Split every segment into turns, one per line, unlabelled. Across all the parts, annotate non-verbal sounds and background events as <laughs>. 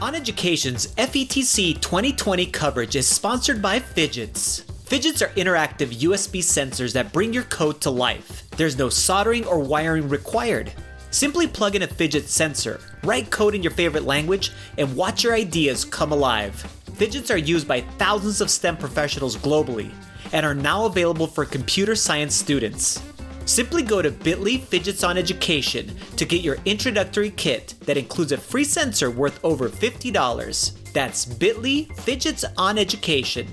On Education's E FETC 2020 coverage is sponsored by Fidgets. Fidgets are interactive USB sensors that bring your code to life. There's no soldering or wiring required. Simply plug in a fidget sensor, write code in your favorite language, and watch your ideas come alive. Fidgets are used by thousands of STEM professionals globally and are now available for computer science students. Simply go to bit.ly fidgets on education to get your introductory kit that includes a free sensor worth over $50. That's bit.ly fidgets on education.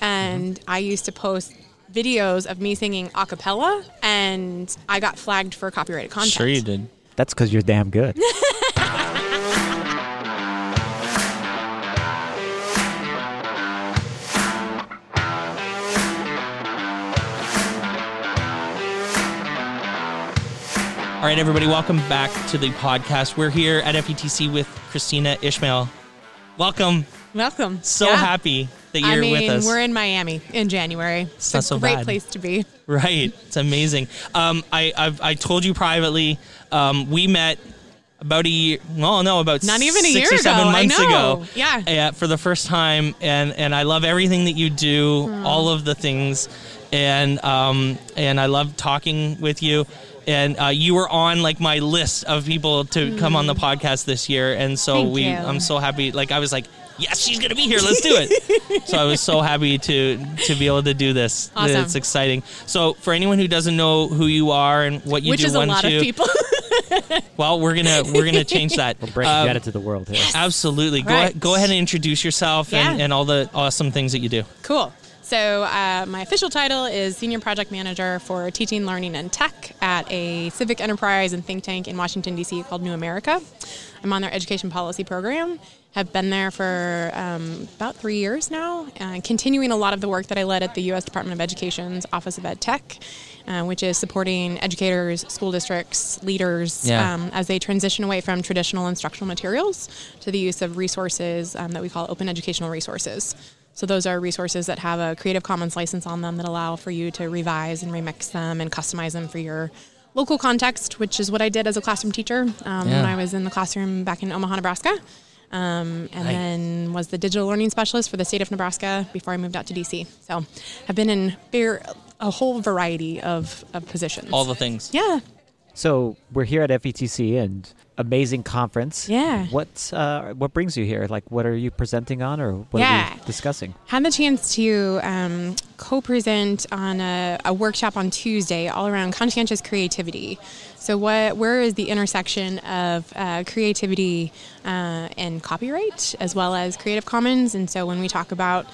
and
Mm-hmm.
I used to post videos of me singing a cappella and I got flagged for copyrighted content.
Sure, you did.
That's because you're damn good.
All right, everybody, welcome back to the podcast. We're here at FETC with Christina Ishmael. Welcome.
Welcome.
So
Yeah.
happy that you're
I mean,
with us.
we're in Miami in January. It's
not
a
so
great
bad.
place to be.
Right. It's amazing. Um, I, I've, I told you privately, um, we met about a year, well, no, about
Not even a
six
year
or seven
ago. I
months
know.
ago.
Yeah.
uh, for the first time. And, and I love everything that you do,
Hmm.
all of the things. And, um, and I love talking with you. And uh, you were on like my list of people to come on the podcast this year. And so
Hmm. Thank
we,
you.
I'm so happy. Like I was like, yes, she's going to be here. Let's do
<laughs>
it. so I was so happy to, to be able to do this.
Awesome.
It's exciting. So for anyone who doesn't know who you are and what you
Which
do,
is a
once
lot
you,
of people. <laughs>
well, we're gonna we're gonna change that.
We're breaking
Um,
that into the world here.
Absolutely. Go
Right.
ahead, go ahead and introduce yourself and,
Yeah.
and all the awesome things that you do.
Cool. So, uh, my official title is Senior Project Manager for Teaching, Learning, and Tech at a civic enterprise and think tank in Washington, D.C. called New America. I'm on their education policy program, have been there for um, about three years now, uh, continuing a lot of the work that I led at the U.S. Department of Education's Office of Ed Tech, uh, which is supporting educators, school districts, leaders
Yeah.
um, as they transition away from traditional instructional materials to the use of resources um, that we call open educational resources. So those are resources that have a Creative Commons license on them that allow for you to revise and remix them and customize them for your local context, which is what I did as a classroom teacher um,
Yeah.
when I was in the classroom back in Omaha, Nebraska. Um, and then was the digital learning specialist for the state of Nebraska before I moved out to DC. So I've been in bare, a whole variety of, of positions.
All the things.
yeah.
So we're here at FETC and amazing conference.
Yeah.
What uh, what brings you here? Like, what are you presenting on, or what are
Yeah.
you discussing?
had the chance to um, co-present on a, a workshop on Tuesday all around conscientious creativity. So, what where is the intersection of uh, creativity uh, and copyright, as well as Creative Commons? And so, when we talk about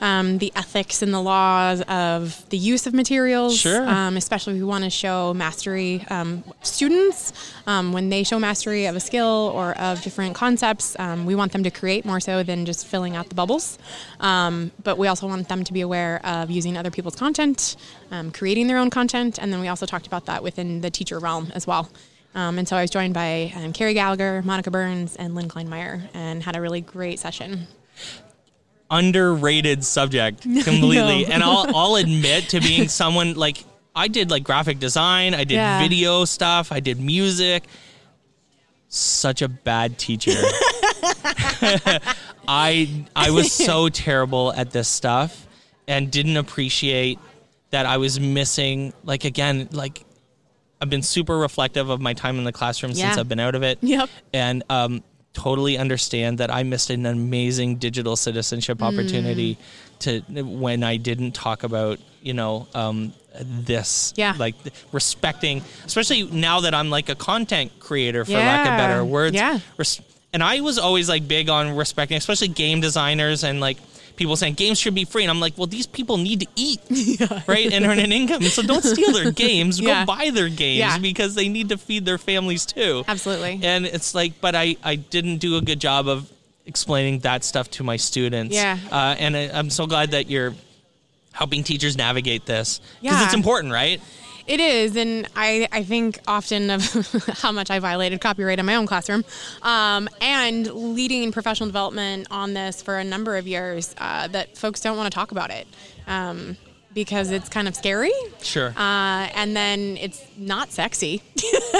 um, the ethics and the laws of the use of materials,
Sure.
um, especially if we want to show mastery um, students um, when they show mastery of a skill or of different concepts um, we want them to create more so than just filling out the bubbles um, but we also want them to be aware of using other people's content um, creating their own content and then we also talked about that within the teacher realm as well um, and so I was joined by um, Carrie Gallagher, Monica Burns, and Lynn Kleinmeyer, and had a really great session.
Underrated subject completely.
<laughs> No.
And I'll I'll admit to being someone like I did like graphic design, I did
Yeah.
video stuff, I did music. Such a bad
<laughs>
teacher. I I was
<laughs>
so terrible at this stuff and didn't appreciate that I was missing like again like I've been super reflective of my time in the classroom since
Yeah.
I've been out of it.
Yep.
And um totally understand that I missed an amazing digital citizenship
Mm.
opportunity to when I didn't talk about, you know, um this
Yeah.
like respecting especially now that I'm like a content creator for lack of
Yeah.
better words
Yeah.
res- and I was always like big on respecting, especially game designers and like people saying games should be free. And I'm like, well, these people need to
<laughs>
eat, right, and earn an income. So don't steal their games.
Yeah.
Go buy their games
Yeah.
because they need to feed their families too.
Absolutely.
And it's like, but I I didn't do a good job of explaining that stuff to my students.
Yeah.
Uh, and I, I'm so glad that you're helping teachers navigate this because
Yeah.
it's important, right?
It is, and I, I think often of <laughs> how much I violated copyright in my own classroom, um, and leading professional development on this for a number of years uh, that folks don't want to talk about it. Um, because it's kind of scary.
Sure.
Uh, and then it's
<laughs>
not sexy.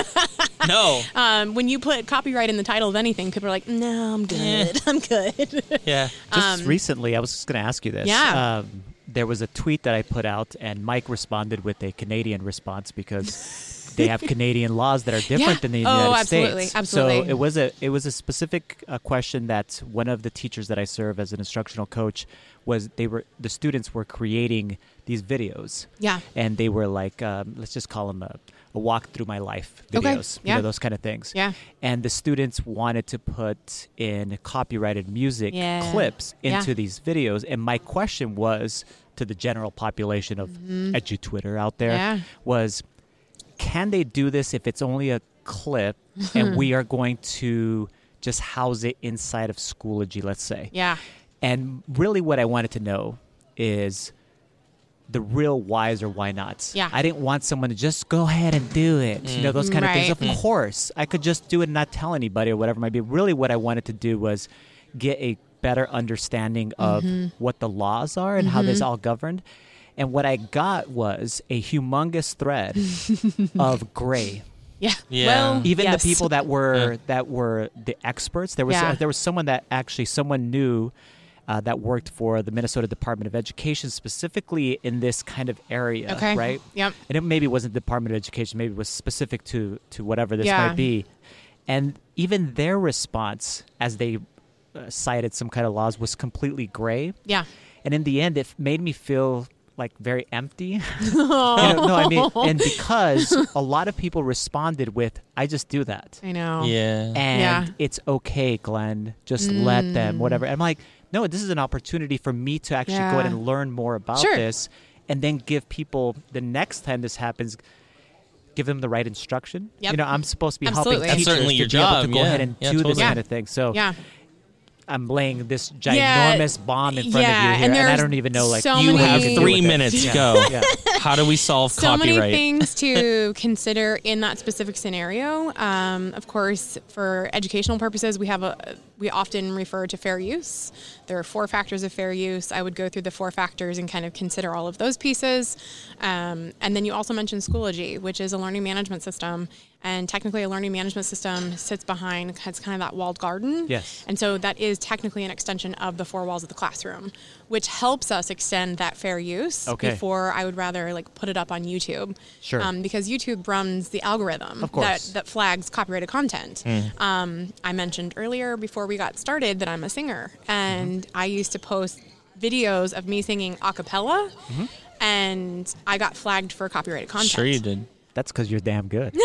<laughs> no.
Um, when you put copyright in the title of anything, people are like, "No, I'm
Eh.
good. <laughs>
<laughs>
I'm good."
yeah.
Just recently, I was just going to ask you this.
Um, yeah.
Um, there was a tweet that I put out, and Mike responded with a Canadian response
<laughs>
because they have Canadian laws that are different
Yeah.
than the
Oh,
United
absolutely,
States. So
absolutely.
it was a it was a specific uh, question that one of the teachers that I serve as an instructional coach was they were the students were creating these videos.
Yeah.
And they were like, um, let's just call them a, a walk through my life
Okay,
videos. You
yeah.
know, those kind of things.
Yeah.
And the students wanted to put in copyrighted music
Yeah.
clips
Yeah.
into these videos. And my question was to the general population of edu Twitter out there
Mm-hmm. Yeah.
was can they do this if it's only a clip
<laughs>
and we are going to just house it inside of Schoology, let's say?
yeah.
And really, what I wanted to know is the real whys or why nots.
Yeah.
I didn't want someone to just go ahead and do it. You know, those kind of
Mm-hmm. Right.
things. Of course, I could just do it and not tell anybody or whatever it might be. Really, what I wanted to do was get a better understanding of
Mm-hmm.
what the laws are and how this all governed. And what I got was a humongous
<laughs>
thread of gray
Yeah.
Yeah.
Well,
even
yes.
the people that were that were the experts there was uh,
Yeah.
there was someone that actually someone knew uh, that worked for the Minnesota Department of Education specifically in this kind of area
Okay.
right
Yep.
and it maybe wasn't Department of Education maybe it was specific to to whatever this
Yeah.
might be and even their response as they uh, cited some kind of laws was completely gray
Yeah.
and in the end, it made me feel like very empty. <laughs> You know, no, I mean,
<laughs>
and because a lot of people responded with, "I just do that,"
I know.
yeah.
and
Yeah. Mm.
it's okay, Glenn. Just let them, whatever. I'm like, no, this is an opportunity for me to actually go ahead
Yeah.
and learn more about
Sure.
this, and then give people the next time this happens. Give them the right instruction.
Yep.
You know, I'm supposed to be
Absolutely.
helping
That's
teachers
certainly
to
your
be able
job,
to go
yeah.
ahead and
Yeah,
do this
totally.
kind of thing. So
Yeah.
I'm laying this ginormous
Yeah.
bomb in front
Yeah,
of you here,
and
and, I
there's
don't even know like
so
You
many-
have
How do you
three
deal with it?
minutes.
Yeah.
Go.
Yeah.
How do we solve
so
copyright?
many things
<laughs>
to consider in that specific scenario. Um, of course, for educational purposes, we have a we often refer to fair use. There are four factors of fair use. I would go through the four factors and kind of consider all of those pieces. Um, and then you also mentioned Schoology, which is a learning management system. And technically, a learning management system sits behind it's kind of that walled garden.
Yes.
And so that is technically an extension of the four walls of the classroom, which helps us extend that fair use
Okay.
before I would rather like put it up on YouTube.
Sure.
Um, because YouTube runs the algorithm
Of course. Mm.
that that flags copyrighted content. Um, I mentioned earlier before we got started that I'm a singer and
Mm-hmm.
I used to post videos of me singing a cappella
Mm-hmm.
and I got flagged for copyrighted content.
Sure, you did.
That's because you're damn good.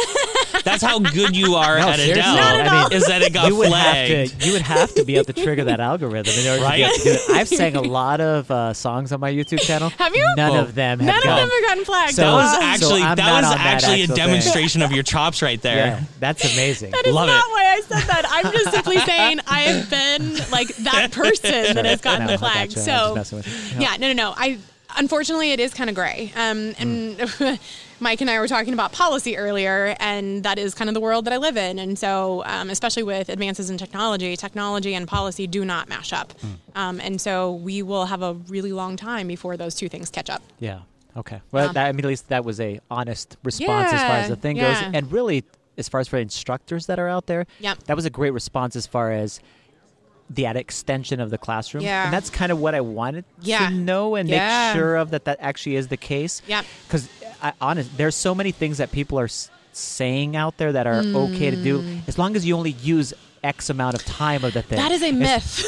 That's how good you are
<laughs> No,
at
seriously.
Adele.
Not at all.
Is that it got
you would
flagged?
have to. You would have to be able to trigger that algorithm in order to be able to do it. I've sang a lot of uh, songs on my YouTube channel.
<laughs> Have you?
None
Whoa.
of them. Have
None of
gone.
them have gotten flagged. Uh,
So-
That was
So
actually
I'm
that
not
was
on that
actually a
actual thing.
demonstration of your
<laughs>
chops right there.
Yeah, that's amazing.
That is
Love
not
it.
why I said that. I'm just
<laughs>
simply saying I have been like that person that has gotten
No,
the
I
flag.
gotcha. I was just
So
messing with you.
yeah, no, no, no. I unfortunately it is kind of gray. Um, and <laughs> Mike and I were talking about policy earlier, and that is kind of the world that I live in. And so, um, especially with advances in technology, technology and policy do not mash up.
Hmm.
Um, and so we will have a really long time before those two things catch up.
Yeah. Okay. Well,
Um,
that, I mean, at least that was a honest response as far as
Yeah,
the thing
yeah.
goes, and really, as far as for instructors that are out there,
Yep.
that was a great response as far as the ad extension of the classroom.
Yeah.
And that's kind of what I wanted
Yeah.
to know and
Yeah.
make sure of that that actually is the case.
Yep.
Because I, honest, there's so many things that people are s- saying out there that are okay to do as long as you only use X amount of time of the thing.
Mm. That is a
It's-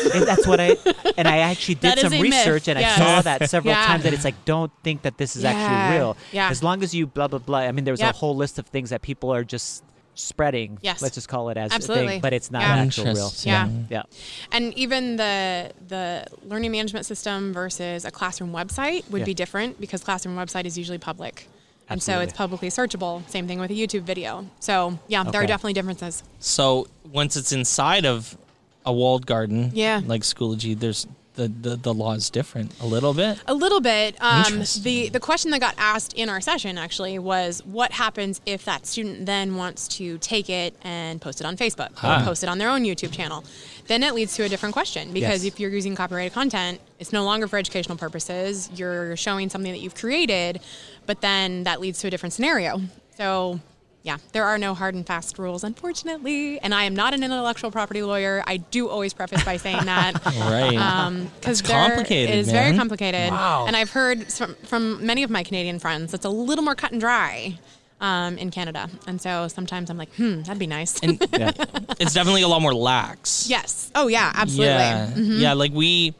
myth.
and that's what I and I actually
That
did
is
some
a myth,
research and
yes.
I saw that several
Yeah.
times that it's like don't think that this is
Yeah,
actually real.
yeah.
As long as you blah blah blah. I mean there was
Yep.
a whole list of things that people are just spreading.
Yes.
Let's just call it as a
Absolutely.
thing, but it's not
Yeah.
actual real.
Interesting.
Yeah.
Yeah.
And even the the learning management system versus a classroom website would
Yeah.
be different because classroom website is usually public. And so
Absolutely.
it's publicly searchable. Same thing with a YouTube video. So yeah, there are
Okay.
definitely differences.
So once it's inside of a walled garden,
Yeah.
like Schoology, there's the, the, the law is different a little bit.
A little bit. Um,
Interesting.
the the question that got asked in our session actually was, what happens if that student then wants to take it and post it on Facebook
Ah.
or post it on their own YouTube channel? Then it leads to a different question because
Yes.
if you're using copyrighted content, it's no longer for educational purposes. You're showing something that you've created, but then that leads to a different scenario. So. Yeah, there are no hard and fast rules, unfortunately. And I am not an intellectual property lawyer. I do always preface by saying that.
<laughs> Right.
because
That's complicated,
It Um, is
man.
very complicated.
Wow.
And I've heard from, from many of my Canadian friends that's a little more cut and dry um, in Canada. And so sometimes I'm like, hmm, that'd be nice.
Yeah.
it's definitely a lot more lax.
<laughs> yes. Oh yeah, absolutely. Mm-hmm.
Yeah. Yeah. Like we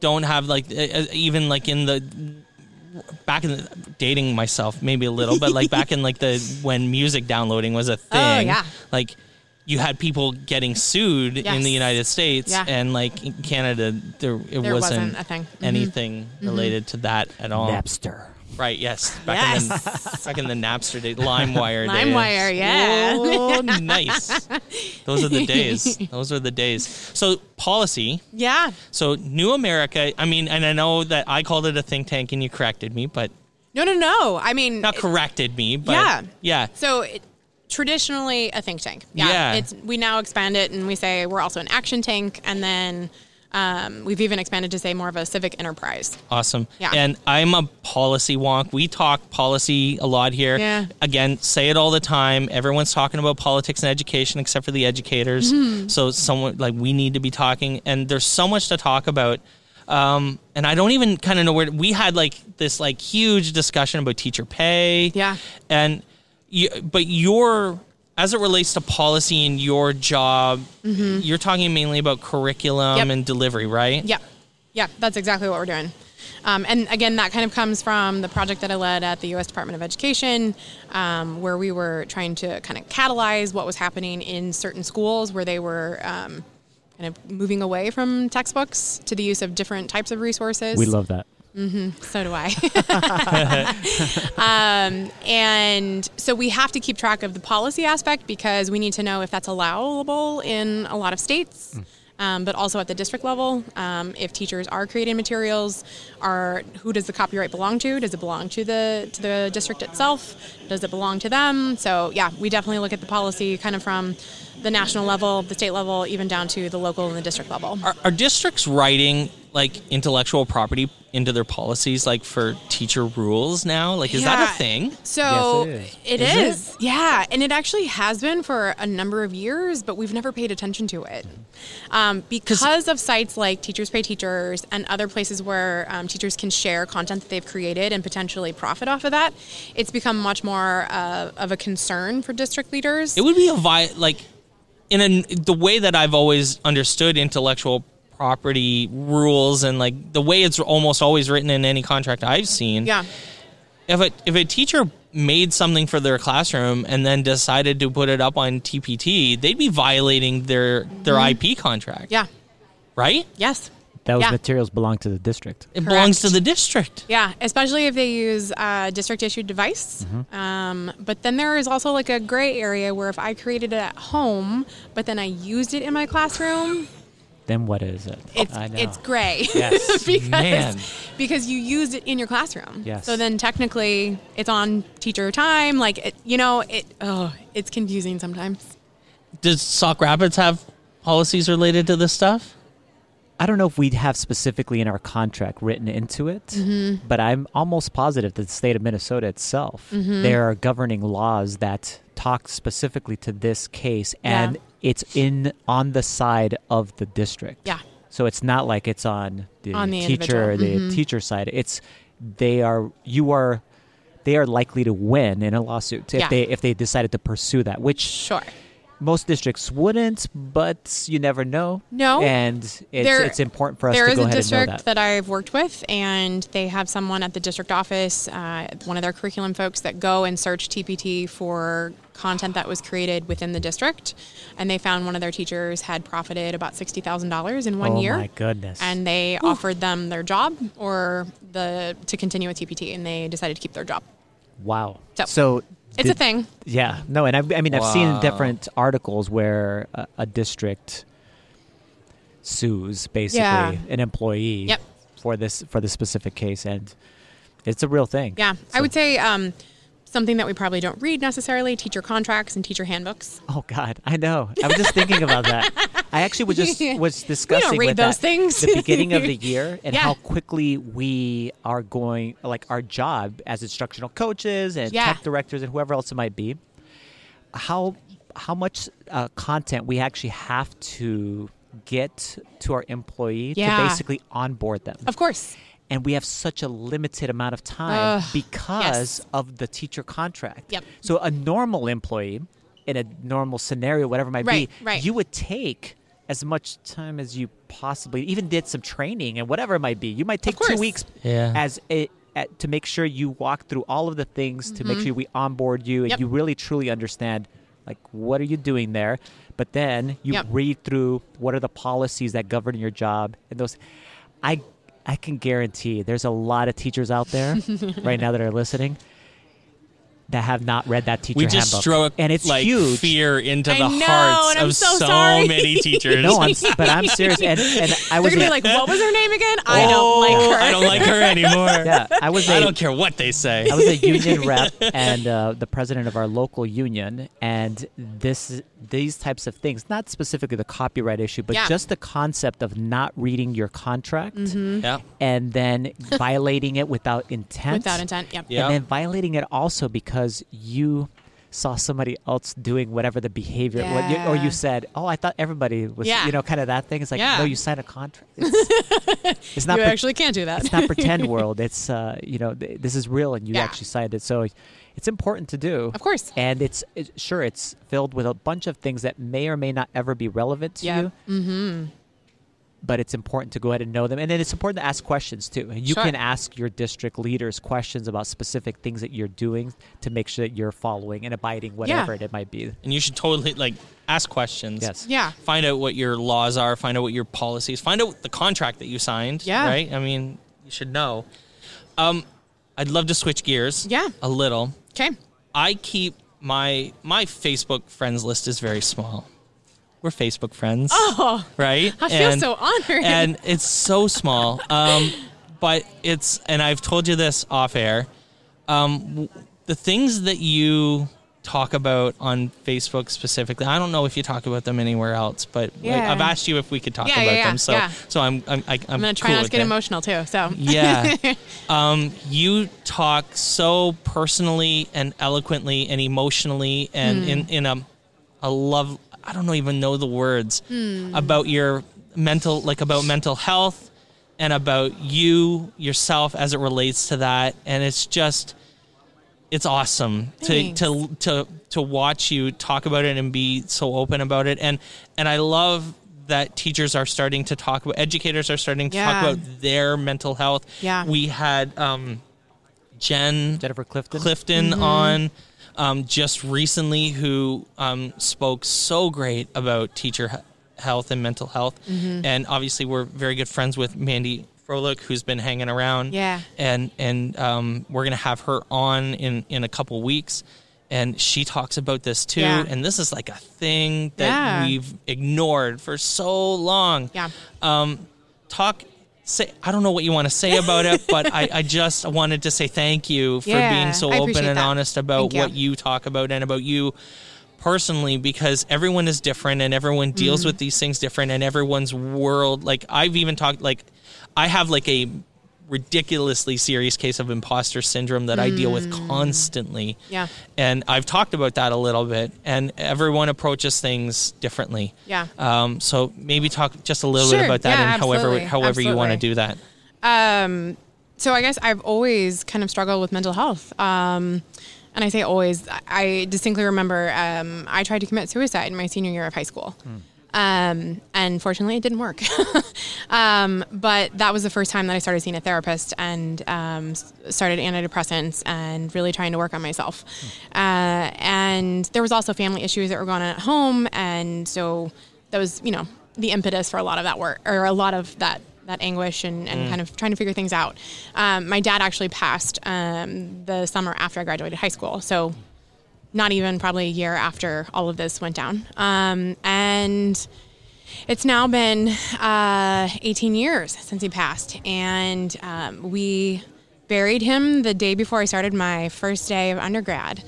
don't have like uh, uh, even like in the back in the, dating myself maybe a little, but like back in like the when music downloading was a thing.
Oh, yeah.
Like you had people getting sued in
Yes.
the United States
Yeah.
and like in Canada there it
There
wasn't,
wasn't a thing. Mhm.
Mm-hmm. anything related to that at all.
<laughs>
Right?
Napster.
Yes. Back in the <laughs> back in the Napster days, LimeWire days.
<laughs> LimeWire, yeah.
Oh, nice.
<laughs>
Those are the days. Those are the days. So policy.
Mm-hmm. Yeah.
So New America, I mean, and I know that I called it a think tank and you corrected me, but
No, no, no. I mean,
not corrected me, but
Yeah.
yeah.
So it, traditionally a think tank. Yeah,
Yeah.
It's we now expand it and we say we're also an action tank, and then um, we've even expanded to say more of a civic enterprise.
Awesome.
Yeah.
And I'm a policy wonk. We talk policy a lot here.
Yeah.
Again, say it all the time. Everyone's talking about politics and education except for the educators.
Mm-hmm.
So someone like we need to be talking and there's so much to talk about. Um, and I don't even kind of know where we had like this like huge discussion about teacher pay.
Yeah.
And you, but your as it relates to policy and your job, you're talking mainly about curriculum
Mm-hmm. Yep.
and delivery, right?
Yeah, yeah, that's exactly what we're doing. Um, and again, that kind of comes from the project that I led at the U.S. Department of Education, um, where we were trying to kind of catalyze what was happening in certain schools where they were um, kind of moving away from textbooks to the use of different types of resources.
We love that.
So do I. <laughs> um, and so we have to keep track of the policy aspect because we need to know if that's allowable in a lot of states. Um, but also at the district level, um, if teachers are creating materials, are who does the copyright belong to? Does it belong to the to the district itself? Does it belong to them? So yeah, we definitely look at the policy kind of from the national level, the state level, even down to the local and the district level.
Are, are districts writing like intellectual property into their policies, like for teacher rules now? Like, is that
Yeah.
a thing?
So
Yes,
it
Is it?
is. Yeah. And it actually has been for a number of years, but we've never paid attention to it. Um, because of sites like Teachers Pay Teachers and other places where um, teachers can share content that they've created and potentially profit off of that, it's become much more uh, of a concern for district leaders.
It would be a vi- like in a, the way that I've always understood intellectual property rules and like the way it's almost always written in any contract I've seen.
yeah.
If a if a teacher made something for their classroom and then decided to put it up on TPT, they'd be violating their their IP contract.
Mm-hmm. Yeah.
Right?
Yes.
That was
Yeah.
materials belong to the district.
It belongs
Correct.
to the district.
Yeah, especially if they use uh, district issued device.
Mm-hmm.
Um, but then there is also like a gray area where if I created it at home, but then I used it in my classroom,
Then what is it?
it's
Oh, I know.
it's gray
Yes.
<laughs> because
Man.
because you used it in your classroom.
Yes.
So then technically it's on teacher time. Like it, you know it. Oh, it's confusing sometimes.
does Sauk Rapids have policies related to this stuff?
I don't know if we'd have specifically in our contract written into it,
Mm-hmm.
but I'm almost positive that the state of Minnesota itself,
Mm-hmm.
there are governing laws that talk specifically to this case
Yeah.
and it's in on the side of the district.
Yeah.
So it's not like it's on the,
On the Mm-hmm.
teacher or the teacher side. It's they are you are they are likely to win in a lawsuit if
Yeah.
they if they decided to pursue that, which
Sure.
most districts wouldn't, but you never know.
No.
and it's,
There-
it's important for us
There
to
is
go
a
ahead and know
district
that.
that. I've worked with, and they have someone at the district office, uh, one of their curriculum folks, that go and search TPT for content that was created within the district, and they found one of their teachers had profited about sixty thousand dollars in one
oh
year.
my goodness!
And they offered them their job or the to continue with TPT, and they decided to keep their job.
wow.
So, It's
did-
a thing.
Yeah. No, and I've, I mean I've seen
Wow.
different articles where a, a district sues basically
Yeah.
an employee
Yep.
for this for this specific case, and it's a real thing.
Yeah, I
So-
would say um, something that we probably don't read necessarily: teacher contracts and teacher handbooks.
<laughs> Oh God, I know. I was just thinking about that. I actually was
<laughs>
just
Yeah.
was discussing
read
with
those
that
things.
the beginning
<laughs>
of the year and
Yeah.
how quickly we are going, like our job as instructional coaches and
Yeah.
tech directors and whoever else it might be, how how much uh, content we actually have to get to our employee
Yeah.
to basically onboard them
Of course,
and we have such a limited amount of time
Ugh,
because
yes.
of the teacher contract.
Yep.
So a normal employee in a normal scenario, whatever it might
Right,
be,
right.
you would take as much time as you possibly even did some training and whatever it might be. You might take two
course.
weeks
Yeah.
as a at, to make sure you walk through all of the things to make sure we onboard you and
Mm-hmm. Yep.
you really truly understand like what are you doing there but then you
Yep.
read through what are the policies that govern your job and those i i can guarantee there's a lot of teachers out
<laughs>
there right now that are listening that have not read that teacher
we just
handbook
stroke
and it's
like
huge
fear into
I
the
know,
hearts
and I'm
of
so sorry.
<laughs>
many teachers.
no
<laughs>
i'm s- but i'm serious and,
<laughs>
and i
they're
was
gonna be
a-
like, "What was her name again? I
<laughs>
don't
Oh,
like her."
I don't like her anymore.
yeah i was
I
a-
don't care what they say.
I was a
<laughs>
union rep and uh, the president of our local union, and this these types of things, not specifically the copyright issue, but
Yeah.
just the concept of not reading your contract
<laughs>
Mm-hmm.
yeah.
and then violating it without intent,
Without intent. Yep.
Yeah.
and then violating it also because you saw somebody else doing whatever the behavior what you- or
Yeah.
you said oh i thought everybody was
Yeah.
you know kind of that thing it's like
Yeah.
no you signed a contract
<laughs>
it's, it's not
you
per-
actually can't do that.
it's not pretend world. It's uh, you know th- this is real, and you
Yeah.
actually signed it. So it's important to do,
Of course.
And it's it, sure it's filled with a bunch of things that may or may not ever be relevant to
<laughs> Yeah. Mm,
you. Mm-hmm. But it's important to go ahead and know them, and then it's important to ask questions too. And you
Sure.
can ask your district leaders questions about specific things that you're doing to make sure that you're following and abiding whatever it might be.
And you should totally like ask questions.
Yes.
yeah.
Find out what your laws are. Find out what your policies. Find out the contract that you signed.
Yeah.
Right. I mean, you should know. Um, I'd love to switch gears.
Yeah.
A little.
Okay.
I keep my my Facebook friends list is very small. We're Facebook friends.
Oh,
right?
I feel so honored.
And it's so small. Um, but it's, and I've told you this off air. Um, w- the things that you talk about on Facebook specifically, I don't know if you talk about them anywhere else, but like,
Yeah.
I've asked you if we could talk
Yeah,
about
yeah, yeah,
them. So,
yeah.
so I'm, I'm, I, I'm,
<laughs> I'm gonna try
cool
not to
with
get
it.
emotional too. So
Yeah. um, you talk so personally and eloquently and emotionally and
Hmm.
in, in a, a love, I don't know even know the words
Hmm.
about your mental, like about mental health and about you yourself as it relates to that. And it's just, it's awesome to,
Thanks.
to, to, to watch you talk about it and be so open about it. And, and I love that teachers are starting to talk about, educators are starting to
Yeah.
talk about their mental health.
Yeah.
We had, um, Jen
Jennifer Clifton.
Clifton
Mm-hmm.
on um, just recently, who um, spoke so great about teacher he- health and mental health.
Mm-hmm.
And obviously, we're very good friends with Mandy Froelich, who's been hanging around.
Yeah.
and and um, we're gonna have her on in in a couple weeks. And she talks about this too,
Yeah.
and this is like a thing that
Yeah.
we've ignored for so long
<laughs> yeah.
talk say i don't know what you want to say about it but I,
<laughs>
I just wanted to say thank you for
Yeah,
being so
I
open
appreciate
and
that.
honest about
Thank you.
what you talk about and about you personally because everyone is different and everyone deals
Mm-hmm.
with these things different and everyone's world like i've even talked like i have like a ridiculously serious case of imposter syndrome that i deal with constantly
Mm. Yeah.
and i've talked about that a little bit and everyone approaches things differently
Yeah.
um so maybe talk just a little little bit
Sure.
about that
Yeah,
and however
absolutely.
however you want to
Absolutely.
do that.
um, so I guess I've always kind of struggled with mental health. Um, and I say always, I distinctly remember um, I tried to commit suicide in my senior year of high school. Um, and fortunately, it didn't work. <laughs> um, but that was the first time that I started seeing a therapist and um, s- started antidepressants and really trying to work on myself. Uh, and there was also family issues that were going on at home, and so that was, you know, the impetus for a lot of that work or a lot of that that anguish and, and kind of trying to figure things out. Um, my dad actually passed um, the summer after I graduated high school, so not even probably a year after all of this went down. Um, and It's now been uh, 18 years since he passed, and um, we buried him the day before I started my first day of undergrad.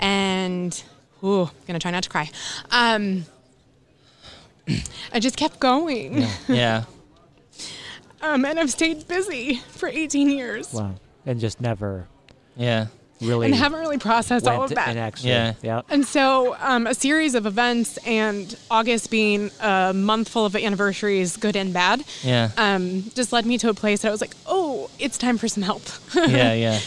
And, ooh, gonna try not to cry. Um, I just kept going,
Yeah.
um, and I've stayed busy for 18 years
Wow. And just never
Yeah.
really
and haven't really processed all
went
of that.
and actually.
Yeah.
yeah.
And so, um, a series of events, and August being a month full of anniversaries, good and bad, <laughs>
Yeah.
um, just led me to a place that I was like, oh, it's time for some help. <laughs>
yeah. Yeah.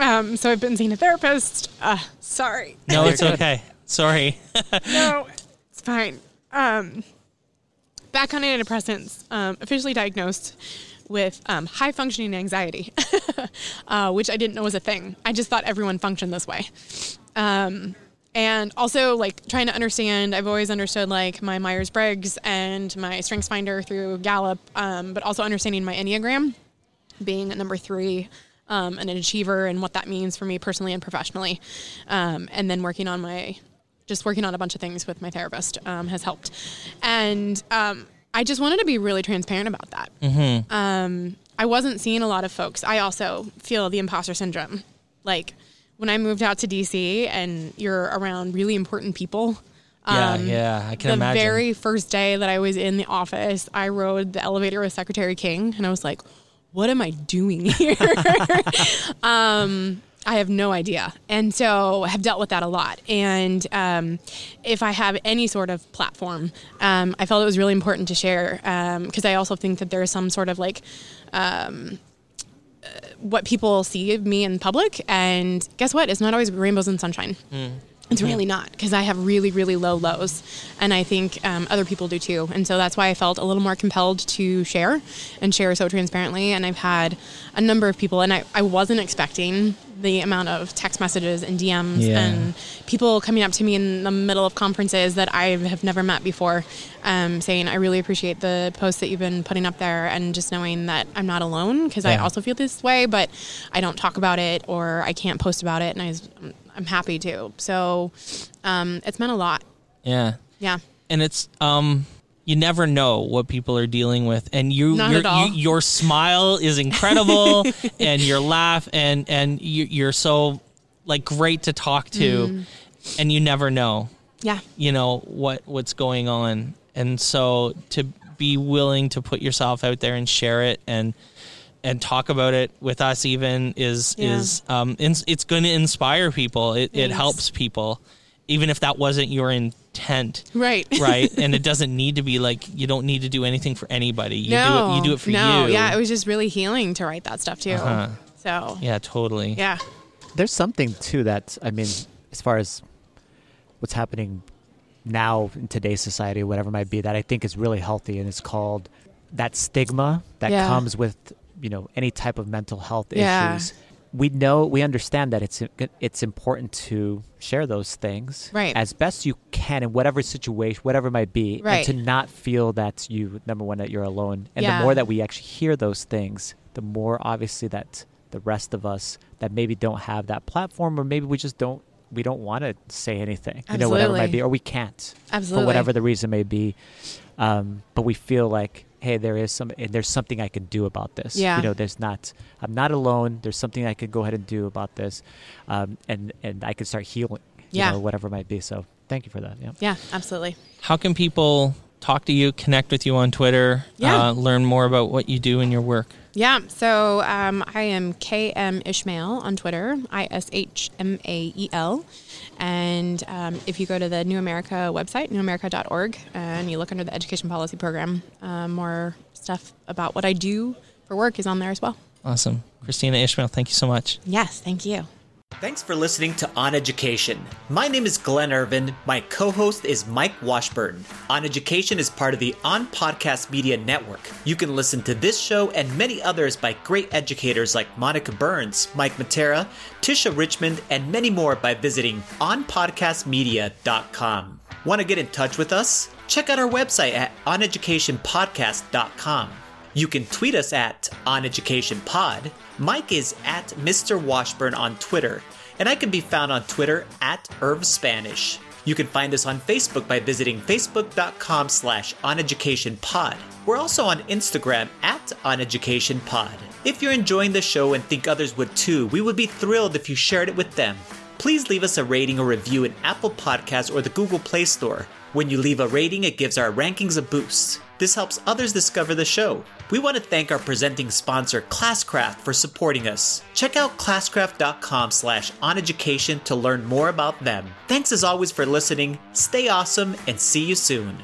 um, so, I've been seeing a therapist. Uh, sorry.
No, it's okay. Sorry. <laughs>
No, <laughs> it's fine. Um, back on antidepressants, um, officially diagnosed with um, high functioning anxiety, <laughs> uh, which I didn't know was a thing. I just thought everyone functioned this way. Um, and also, like, trying to understand, I've always understood, like, my Myers Briggs and my Strengths Finder through Gallup, um, but also understanding my Enneagram being a number three um, and an achiever and what that means for me personally and professionally. Um, and then working on my, just working on a bunch of things with my therapist um, has helped. And um, I just wanted to be really transparent about that. Um, I wasn't seeing a lot of folks. I also feel the imposter syndrome. Like when I moved out to DC and you're around really important people. um,
Yeah, yeah, I can
the
imagine.
very first day that I was in the office, I rode the elevator with Secretary King, and I was like, "What am I doing <laughs> here?"
<laughs>
Um, I have no idea. And so have dealt with that a lot. And um, if I have any sort of platform, um, I felt it was really important to share because I also think that there is some sort of like um, uh, what people see of me in public. And guess what? It's not always rainbows and sunshine. It's really not because I have really, really low lows. And I think um, other people do too. And so that's why I felt a little more compelled to share and share so transparently. And I've had a number of people, and I, I wasn't expecting the amount of text messages and DMs
Yeah.
and people coming up to me in the middle of conferences that I have never met before um, saying, I really appreciate the posts that you've been putting up there. And just knowing that I'm not alone because I
Yeah.
also feel this way, but I don't talk about it or I can't post about it. And I was, I'm happy to. So um, it's meant a lot.
yeah.
Yeah.
and it's um you never know what people are dealing with and you,
Not
your,
at all.
you your smile
<laughs>
is incredible and your laugh and and you, you're so like great to talk to
Mm.
and you never know
Yeah.
you know what what's going on and so to be willing to put yourself out there and share it and and talk about it with us even is
Yeah.
is um ins- it's going to inspire people it, it
Thanks.
helps people even if that wasn't
<laughs>
your intent
Right.
right? and it doesn't need to be like you don't need to do anything for anybody. You do
no.
it, you do it for
no.
you.
Yeah. It was just really healing to write that stuff too.
Uh-huh.
So
yeah, totally.
yeah.
There's something to that. I mean, as far as what's happening now in today's society, whatever it might be, that I think is really healthy, and it's called that stigma that
Yeah.
comes with you know any type of mental health
Yeah.
issues. We know we understand that it's it's important to share those things
Right.
as best you can in whatever situation, whatever it might be,
Right.
and to not feel that you number one that you're alone. And
Yeah.
the more that we actually hear those things, the more obviously that the rest of us that maybe don't have that platform, or maybe we just don't we don't want to say anything, you know, whatever it might
Absolutely.
be, or we can't
Absolutely.
for whatever the reason may be. Um, but we feel like, hey, there is some, and there's something I can do about this.
Yeah.
You know, there's not, I'm not alone. There's something I could go ahead and do about this, um, and and I can start healing.
Yeah.
You know, whatever it might be. So thank you for that. Yeah.
Yeah. Absolutely.
How can people talk to you, connect with you on Twitter,
Yeah.
uh, learn more about what you do in your work?
Yeah. So um, I am KM Ishmael on Twitter, I S H M A E L. And um, if you go to the New America website, newamerica.org, and you look under the Education Policy Program, uh, more stuff about what I do for work is on there as well.
Awesome, Christina Ishmael. Thank you so much.
Yes. Thank you.
Thanks for listening to On Education. My name is Glenn Irvin. My co host is Mike Washburn. On Education is part of the On Podcast Media Network. You can listen to this show and many others by great educators like Monica Burns, Mike Matera, Tisha Richmond, and many more by visiting onpodcastmedia.com. Want to get in touch with us? Check out our website at oneducationpodcast.com. You can tweet us at On Education Pod. Mike is at Mr. Washburn on Twitter, and I can be found on Twitter at Irv Spanish.
You can find us on Facebook by visiting facebook.com slash oneducationpod. We're also on Instagram at oneducationpod. If you're enjoying the show and think others would too, we would be thrilled if you shared it with them. Please leave us a rating or review in Apple Podcasts or the Google Play Store. When you leave a rating, it gives our rankings a boost. This helps others discover the show. We want to thank our presenting sponsor, Classcraft, for supporting us. Check out classcraft.com slash oneducation to learn more about them. Thanks as always for listening. Stay awesome and see you soon.